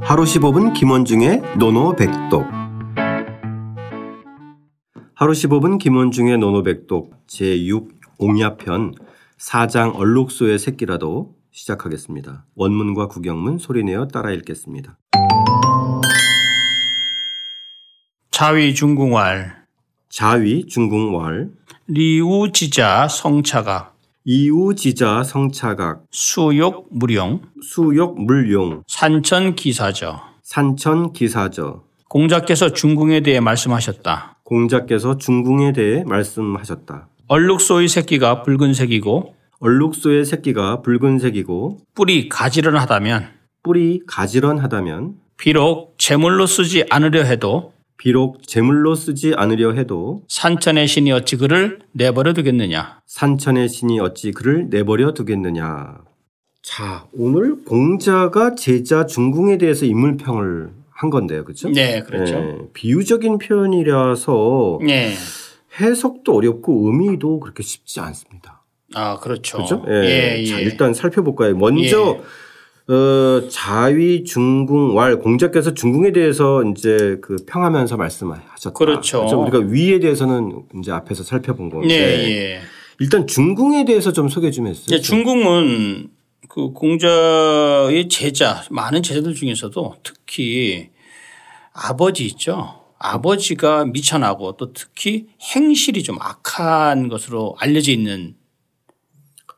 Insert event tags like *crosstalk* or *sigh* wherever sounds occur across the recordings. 하루 15분 김원중의 노노백독 하루 15분 김원중의 노노백독 제6옹야편 4장 얼룩소의 새끼라도 시작하겠습니다. 원문과 구경문 소리내어 따라 읽겠습니다. 자위 중궁활 자위 중궁월 리우지자 성차가 이우지자 성차각 수욕 무령 수욕물용 산천 기사저 산천기사저 공자께서 중궁에 대해 말씀하셨다. 공자께서 중궁에 대해 말씀하셨다. 얼룩소의 새끼가 붉은색이고 얼룩소의 새끼가 붉은색이고 뿔이 가지런하다면 뿔이 가지런하다면 비록 제물로 쓰지 않으려 해도 비록 제물로 쓰지 않으려 해도 산천의 신이 어찌 그를 내버려 두겠느냐. 산천의 신이 어찌 그를 내버려 두겠느냐. 자, 오늘 공자가 제자 중궁에 대해서 인물평을 한 건데요. 그렇죠? 네, 예, 비유적인 표현이라서 네. 해석도 어렵고 의미도 그렇게 쉽지 않습니다. 아, 그렇죠. 그렇죠? 예, 예. 자, 일단 살펴볼까요? 먼저 어, 자위 중궁왈 공자께서 중궁에 대해서 이제 그 평하면서 말씀하셨다. 그렇죠. 우리가 위에 대해서는 이제 앞에서 살펴본 건데 네, 예. 일단 중궁에 대해서 좀 소개 좀 예, 했어요. 중궁은 그 공자의 제자 많은 제자들 중에서도 특히 아버지 있죠. 아버지가 미천하고 또 특히 행실이 좀 악한 것으로 알려져 있는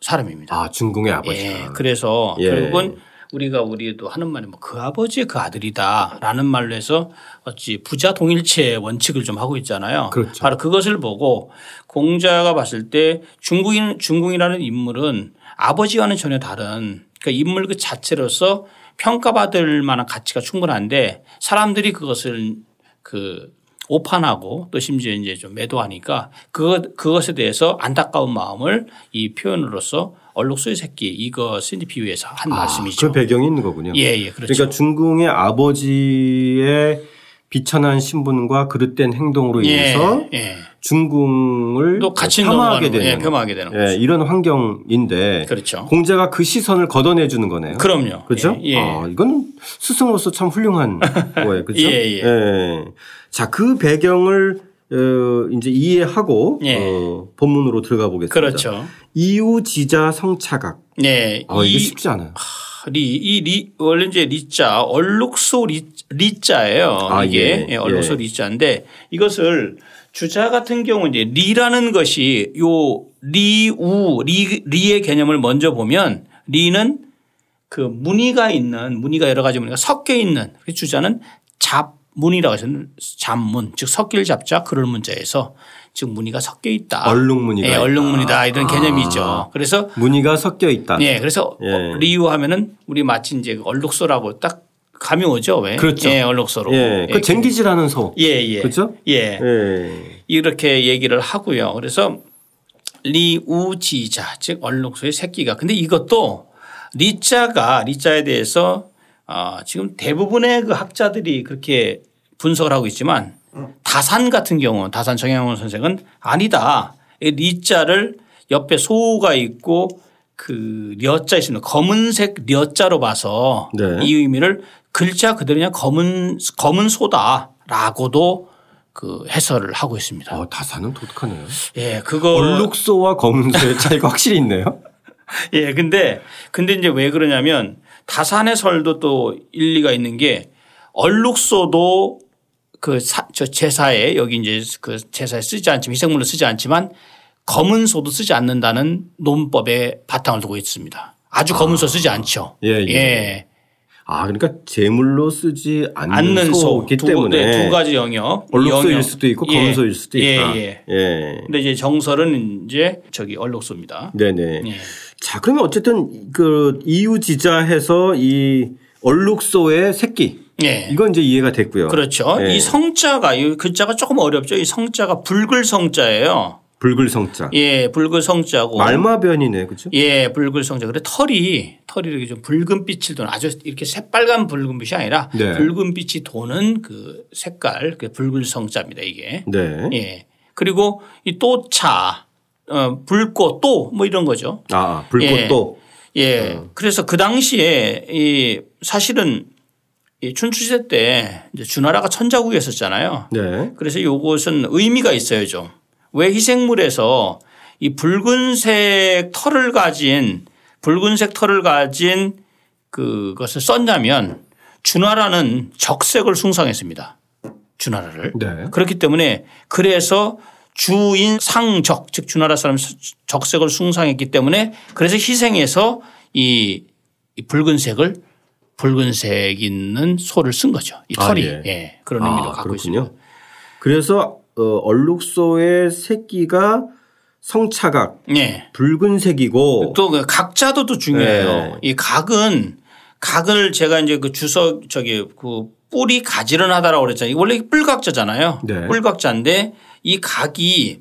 사람입니다. 아 중궁의 아버지가 예, 그래서 예. 결국은 우리가 우리도 하는 말이 뭐 그 아버지의 그 아들이다라는 말로 해서 어찌 부자 동일체의 원칙을 좀 하고 있잖아요. 그렇죠. 바로 그것을 보고 공자가 봤을 때 중국인 중국이라는 인물은 아버지와는 전혀 다른 그 인물 그 자체로서 평가받을 만한 가치가 충분한데 사람들이 그것을 그 오판하고 또 심지어 이제 좀 매도하니까 그것 그것에 대해서 안타까운 마음을 이 표현으로서 얼룩소의 새끼 이것을 이제 비유해서 한 아, 말씀이죠. 그 배경이 있는 거군요. 예, 예, 러 그렇죠. 니까 중궁의 아버지의 비천한 신분과 그러니까 그릇된 행동으로 인해서 예, 예. 중궁을 또 같이 폄하하게 넘어가는 거예요. 되는 예, 거예요. 폄하하게 되는 예, 이런 환경인데 그렇죠. 공자가 그 시선을 걷어내 주는 거네요. 그럼요. 그죠? 예. 예. 아, 이건 스승으로서 참 *laughs* 훌륭한 거예요. 그죠? 예, 예. 자, 그 배경을 어, 이제 이해하고 예. 어, 본문으로 들어가 보겠습니다. 그렇죠. 이우지자 성차각. 네. 아, 이 이게 쉽지 않아요. 리, 이 리, 원래 이제 리자, 얼룩소 리, 리자예요. 아, 이게. 예, 예, 얼룩소 예. 리자인데 이것을 주자 같은 경우 이제 리라는 것이 요 리, 우, 리, 리의 개념을 먼저 보면 리는 그 무늬가 있는 무늬가 여러 가지 무늬가 섞여 있는 그 주자는 잡문이라고 해서 잡문 즉 섞일 잡자 그럴 문자에서 즉 무늬가 섞여 있다. 얼룩무늬가 예, 있다. 얼룩무늬다 이런 아. 개념이죠. 그래서 무늬가 섞여 있다. 예, 그래서 예. 어, 리우하면은 우리 마치 이제 얼룩소라고 딱 감이 오죠, 왜? 그렇죠. 예, 얼룩소로. 예, 그 쟁기질하는 소. 예, 예. 그렇죠? 예. 예. 이렇게 얘기를 하고요. 그래서 리우지자 즉 얼룩소의 새끼가 근데 이것도 리자가 리자에 대해서 아, 지금 대부분의 그 학자들이 그렇게 분석을 하고 있지만 다산 같은 경우 다산 정영훈 선생은 아니다. 이 리자를 옆에 소가 있고 그 려자 있습니다. 검은색 려자로 봐서 네. 이 의미를 글자 그대로 그냥 검은 검은 소다라고도 그 해설을 하고 있습니다. 어, 다사는 독특하네요. 예, 그거 얼룩소와 검은소의 차이가 확실히 있네요. 예, 근데 근데 이제 왜 그러냐면 다산의 설도 또 일리가 있는 게 얼룩소도 그저 제사에 여기 이제 그 제사에 쓰지 않지만 희생물로 쓰지 않지만 검은 소도 쓰지 않는다는 논법에 바탕을 두고 있습니다. 아주 검은 소 쓰지 않죠. 예, 예. 아, 그러니까 제물로 쓰지 않는, 음, 않는 소 소이기 두, 때문에 네, 두 가지 영역. 얼룩소일 영역. 수도 있고 예. 검은소일 수도 있다. 예, 예. 예. 근데 이제 정설은 이제 저기 얼룩소입니다. 네네. 예. 자, 그러면 어쨌든 그 이유지자해서 이 얼룩소의 새끼 예. 이건 이제 이해가 됐고요. 그렇죠. 예. 이 성자가 이 글자가 조금 어렵죠. 이 성자가 붉을 성자예요. 불글성자 예, 붉은 성자고. 말마변이네, 그죠 예, 붉은 성자. 그래 털이 털이 이렇게 좀 붉은 빛을 도는 아주 이렇게 새빨간 붉은 빛이 아니라 네. 붉은 빛이 도는 그 색깔, 그 붉은 성자입니다. 이게. 네. 예. 그리고 이 또차, 어, 붉고 또 뭐 이런 거죠. 아, 불꽃도 예. 그래서 그 당시에 이 사실은 이 춘추시대 때 이제 주나라가 천자국이었었잖아요. 네. 그래서 이것은 의미가 있어요 좀. 왜 희생물에서 이 붉은색 털을 가진 붉은색 털을 가진 그것을 썼냐면 주나라는 적색을 숭상했습니다. 주나라를. 네. 그렇기 때문에 그래서 주인 상적 즉 주나라 사람 적색을 숭상했기 때문에 그래서 희생해서 이, 이 붉은색을 붉은색 있는 소를 쓴 거죠. 이 아, 털이 예. 예. 그런 의미로 아, 갖고 그렇군요. 있습니다. 그래서 어, 얼룩소의 새끼가 성차각 예. 붉은색이고 또그 각자도 또 중요해요. 네. 이 각은 각을 제가 이제 그 주석 저기 그 뿔이 가지런하다라고 그랬잖아요. 원래 이게 뿔각자잖아요. 네. 뿔각자인데 이 각이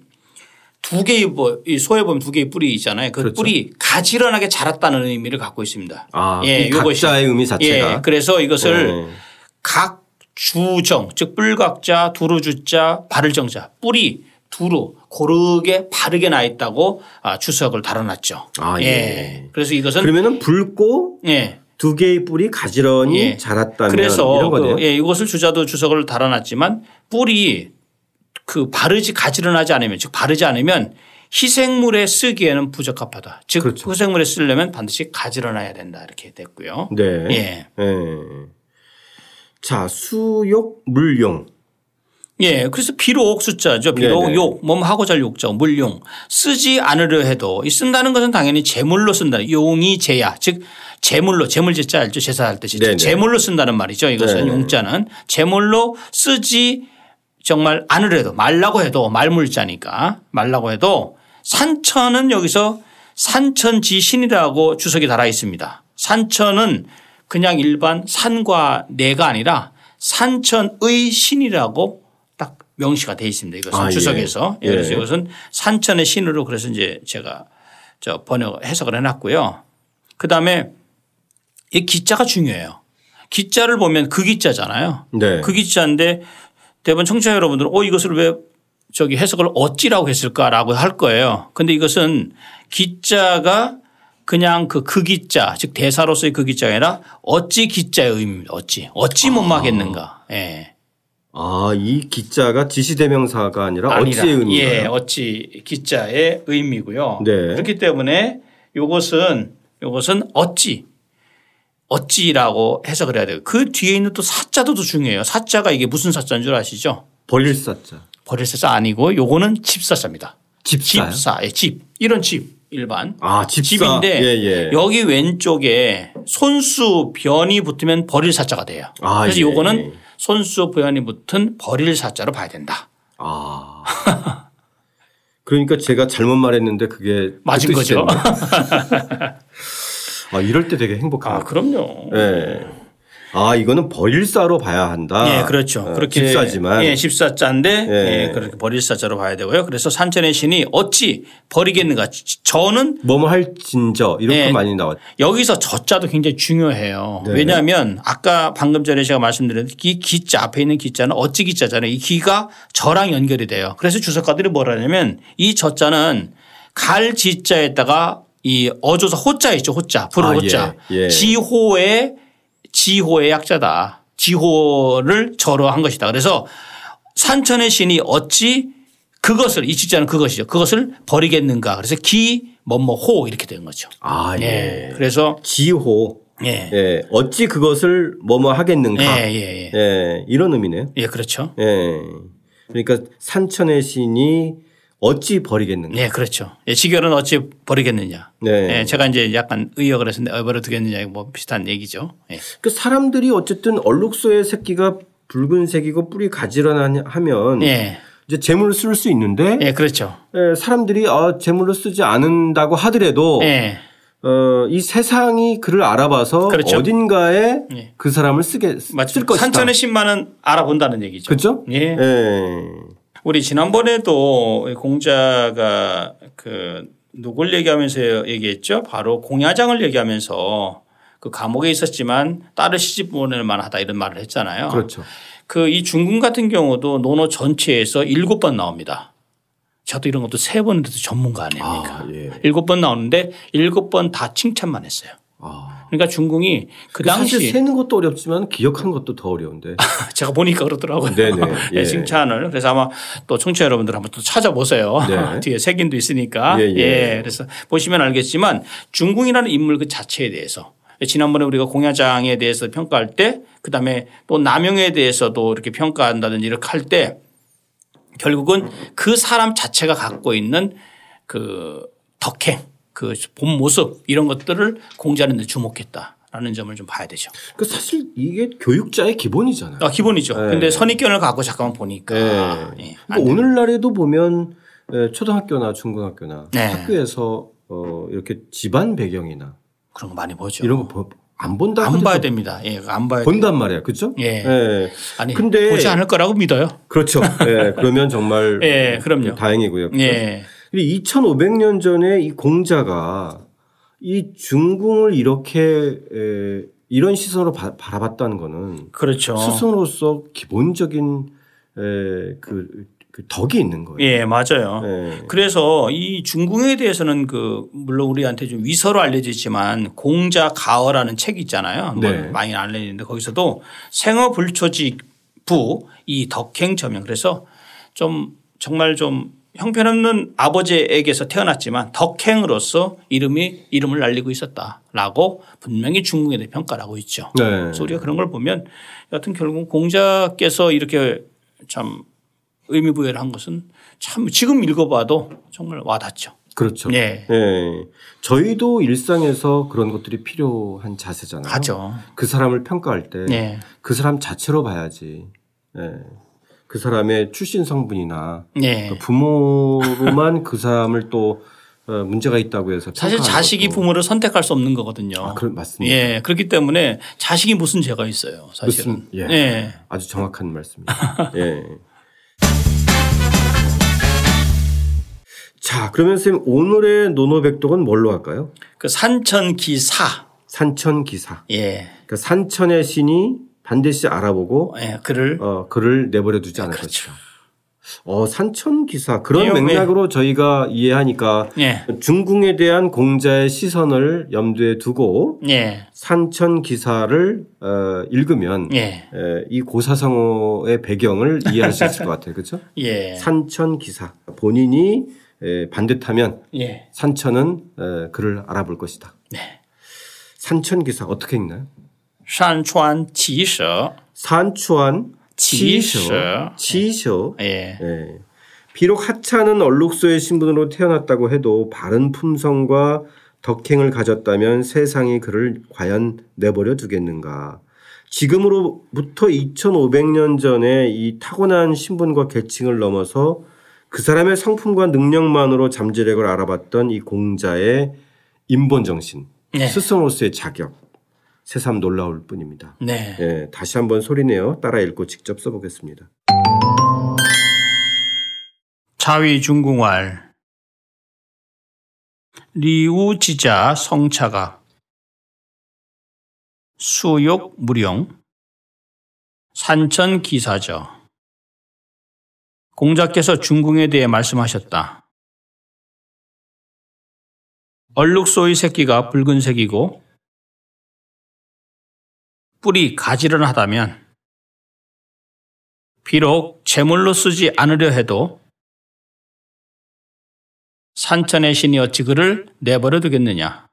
두 개의 뭐- 이 소에 보면 두 개의 뿔이 있잖아요. 그 그렇죠. 뿔이 가지런하게 자랐다는 의미를 갖고 있습니다. 아, 예, 이 요것이. 각자의 의미 예, 자체가 그래서 이것을 어, 각 주정 즉 뿔각자 두루주자 바를정자 뿔이 두루 고르게 바르게 나 있다고 아, 주석을 달아놨죠. 아, 예. 그래서 이것은 그러면은 붉고 예. 두 개의 뿔이 가지런히 예. 음, 자랐다면 그래서 이런 거네요. 그, 예, 이것을 주자도 주석을 달아놨지만 뿔이 그 바르지 가지런하지 않으면 즉 바르지 않으면 희생물에 쓰기에는 부적합하다. 즉 그렇죠. 희생물에 쓰려면 반드시 가지런해야 된다 이렇게 됐고요. 네. 예. 예. 자, 수욕 물용. 예, 그래서 비록 숫자죠. 비록 네네. 욕, 몸 하고 잘 욕자, 물용. 쓰지 않으려 해도 이 쓴다는 것은 당연히 제물로 쓴다. 용이 제야. 즉 제물로 제물 제자 알죠? 제사할 때 제자. 네네. 제물로 쓴다는 말이죠. 이것은 네네. 용자는 제물로 쓰지 정말 않으려 해도 말라고 해도 말물자니까 말라고 해도 산천은 여기서 산천지신이라고 주석이 달아 있습니다. 산천은 그냥 일반 산과 내가 아니라 산천의 신이라고 딱 명시가 되어 있습니다. 이것은 아, 예. 주석에서 예. 그래서 이것은 산천의 신으로 그래서 이제 제가 저 번역 해석을 해놨고요. 그 다음에 이 기자가 중요해요. 기자를 보면 그 기자잖아요. 네. 그 기자인데 대부분 청취자 여러분들은 어 이것을 왜 저기 해석을 어찌라고 했을까라고 할 거예요. 근데 이것은 기자가 그냥 그 그기자 즉 대사로서의 그기자가 아니라 어찌 기자의 의미입니다. 어찌 어찌 못 막겠는가. 예. 아, 이 기자가 지시대명사가 아니라 아니라. 어찌의 의미인가요? 예, 어찌 기자의 의미고요. 네. 그렇기 때문에 요것은 요것은 어찌 어찌라고 해석을 해야 돼요. 그 뒤에 있는 또 사자도 더 중요해요. 사자가 이게 무슨 사자인 줄 아시죠? 벌릴 사자. 버릴 사자 아니고 요거는 집사자입니다. 집사요? 집사, 예, 집 이런 집 일반 아, 집사. 집인데 예, 예. 여기 왼쪽에 손수 변이 붙으면 버릴 사자가 돼요. 아, 그래서 예, 요거는 예. 손수 변이 붙은 버릴 사자로 봐야 된다. 아. 그러니까 제가 잘못 말했는데 그게 맞은 그 거죠. 뜻이 *laughs* 됐네. 아, 이럴 때 되게 행복하다. 아 그럼요. 예. 아, 이거는 벌일사로 봐야 한다. 예, 그렇죠. 어, 그렇게 집사지만 예, 집사자인데 예. 예, 그렇게 버릴 사자로 봐야 되고요. 그래서 산천의 신이 어찌 버리겠는가? 지- 저는 뭐뭐 할 진저 이렇게 예. 많이 나왔죠. 여기서 저자도 굉장히 중요해요. 네. 왜냐하면 아까 방금 전에 제가 말씀드린 이 기자 앞에 있는 기자는 어찌 기자잖아요. 이 기가 저랑 연결이 돼요. 그래서 주석가들이 뭐라냐면 이 저자는 갈 지자에다가 이 어조사 호자 있죠. 호자 불호 아, 예. 호자 예. 지호의 지호의 약자다. 지호를 저로 한 것이다. 그래서 산천의 신이 어찌 그것을 이 지자는 그것이죠. 그것을 버리겠는가. 그래서 기, 뭐뭐 호 이렇게 된 거죠. 아, 예. 예. 그래서 지호. 예. 예. 어찌 그것을 뭐뭐 예, 하겠는가. 예, 예. 예, 이런 의미네요. 예, 그렇죠. 예. 그러니까 산천의 신이 어찌 버리겠는가. 예, 그렇죠. 예, 지결은 어찌 버리겠느냐. 네. 예, 제가 이제 약간 의역을 했는데 어, 버려두겠느냐 뭐 비슷한 얘기죠. 예. 그 사람들이 어쨌든 얼룩소의 새끼가 붉은색이고 뿌리 가지런하면 예. 이제 재물을 쓸 수 있는데 예, 그렇죠. 예, 사람들이 아, 재물로 쓰지 않는다고 하더라도 예. 어, 이 세상이 그를 알아봐서 그렇죠. 어딘가에 예. 그 사람을 쓰게 쓸 맞죠. 것이다. 산천의 신만은 알아본다는 얘기죠. 그렇죠? 예. 예. 우리 지난번에도 공자가 그 누굴 얘기하면서 얘기했죠? 바로 공야장을 얘기하면서 그 감옥에 있었지만 딸을 시집 보낼 만하다 이런 말을 했잖아요. 그렇죠. 그 이 중국 같은 경우도 논어 전체에서 일곱 번 나옵니다. 저도 이런 것도 세 번인데도 전문가 아닙니까? 아, 예. 일곱 번 나오는데 일곱 번 다 칭찬만 했어요. 아, 그러니까 중궁이 그 사실 당시 세는 것도 어렵지만 기억하는 것도 더 어려운데. *laughs* 제가 보니까 그렇더라고요. *laughs* 네네. 예. 예, 칭찬을. 그래서 아마 또 청취자 여러분들 한번 또 찾아보세요. 네. *laughs* 뒤에 색인도 있으니까. 예, 예. 예. 그래서 보시면 알겠지만 중궁이라는 인물 그 자체에 대해서 지난번에 우리가 공야장에 대해서 평가할 때 그다음에 또 남용에 대해서도 이렇게 평가한다든지 이렇게 할 때 결국은 그 사람 자체가 갖고 있는 그 덕행 그 본 모습 이런 것들을 공자는 늘 주목했다라는 점을 좀 봐야 되죠. 그 사실 이게 교육자의 기본이잖아요. 아, 기본이죠. 네. 근데 선입견을 갖고 잠깐 보니까. 네. 예. 그러니까 오늘날에도 보면 예, 초등학교나 중고등학교나 네. 학교에서 어, 이렇게 집안 배경이나 그런 거 많이 보죠. 이런 거 안 본다. 그렇죠. 안 봐야 됩니다. 예, 안 봐야 됩니다. 본단 말이야, 그렇죠? 예. 아니, 근데- 보지 않을 거라고 믿어요. 그렇죠. 예, 그러면 정말 *laughs* 예, 그럼요. 다행이고요. 예. 근데 2,500년 전에 이 공자가 이 중궁을 이렇게 에, 이런 시선으로 바, 바라봤다는 거는 그렇죠. 스승으로서 기본적인 에, 그, 그 덕이 있는 거예요. 예, 맞아요. 예. 그래서 이 중궁에 대해서는 그 물론 우리한테 좀 위서로 알려지지만 공자 가어라는 책이 있잖아요. 뭐 네. 많이 알려지는데 거기서도 생어 불초직 부이 덕행 저명 그래서 좀 정말 좀 형편없는 아버지에게서 태어났지만 덕행으로서 이름이 이름을 날리고 있었다라고 분명히 중궁에 대해 평가를 하고 있죠. 네. 그래서 우리가 그런 걸 보면 여하튼 결국 공자께서 이렇게 참 의미부여를 한 것은 참 지금 읽어봐도 정말 와닿죠. 그렇죠. 네. 예. 저희도 일상에서 그런 것들이 필요한 자세잖아요. 가죠. 그 사람을 평가할 때 그 네. 사람 자체로 봐야지. 예. 그 사람의 출신 성분이나 네. 그 부모로만 그 사람을 또 어, 문제가 있다고 해서 사실 평가하는 자식이 것도- 부모를 선택할 수 없는 거거든요. 아, 그 맞습니다. 예. 그렇기 때문에 자식이 무슨 죄가 있어요. 사실은. 무슨- 예. 예. 아주 정확한 말씀입니다. 예. 자, 그러면 선생님 오늘의 노노백독은 뭘로 할까요? 그 산천기사. 산천 기사. 예. 그러니까 산천의 신이 반드시 알아보고 예. 글을 어, 글을 내버려 두지 않을 그렇죠. 것이다. 어, 산천 기사 그런 내용의- 맥락으로 저희가 이해하니까 예. 중궁에 대한 공자의 시선을 염두에 두고 예. 산천 기사를 어, 읽으면 예. 에, 이 고사성어의 배경을 *laughs* 이해할 수 있을 것 같아요. 그렇죠? 예. 산천 기사 본인이 에, 반듯하면 예. 산천은 에, 그를 알아볼 것이다. 네. 산천 기사 어떻게 읽나요? 산川지서 산추한 지셔. 네. 치셔 치셔 예. 예. 비록 하찮은 얼룩소의 신분으로 태어났다고 해도 바른 품성과 덕행을 가졌다면 세상이 그를 과연 내버려 두겠는가. 지금으로부터 2500년 전에 이 타고난 신분과 계층을 넘어서 그 사람의 성품과 능력만으로 잠재력을 알아봤던 이 공자의 인본 정신, 네. 스승으로서의 자격, 새삼 놀라울 뿐입니다. 네. 예, 다시 한번 소리내어 따라 읽고 직접 써보겠습니다. 자위 중궁활 리우지자 성차가 수욕 무령 산천 기사저 공자께서 중궁에 대해 말씀하셨다. 얼룩소의 새끼가 붉은색이고 뿔이 가지런하다면 비록 제물로 쓰지 않으려 해도 산천의 신이 어찌 그를 내버려 두겠느냐.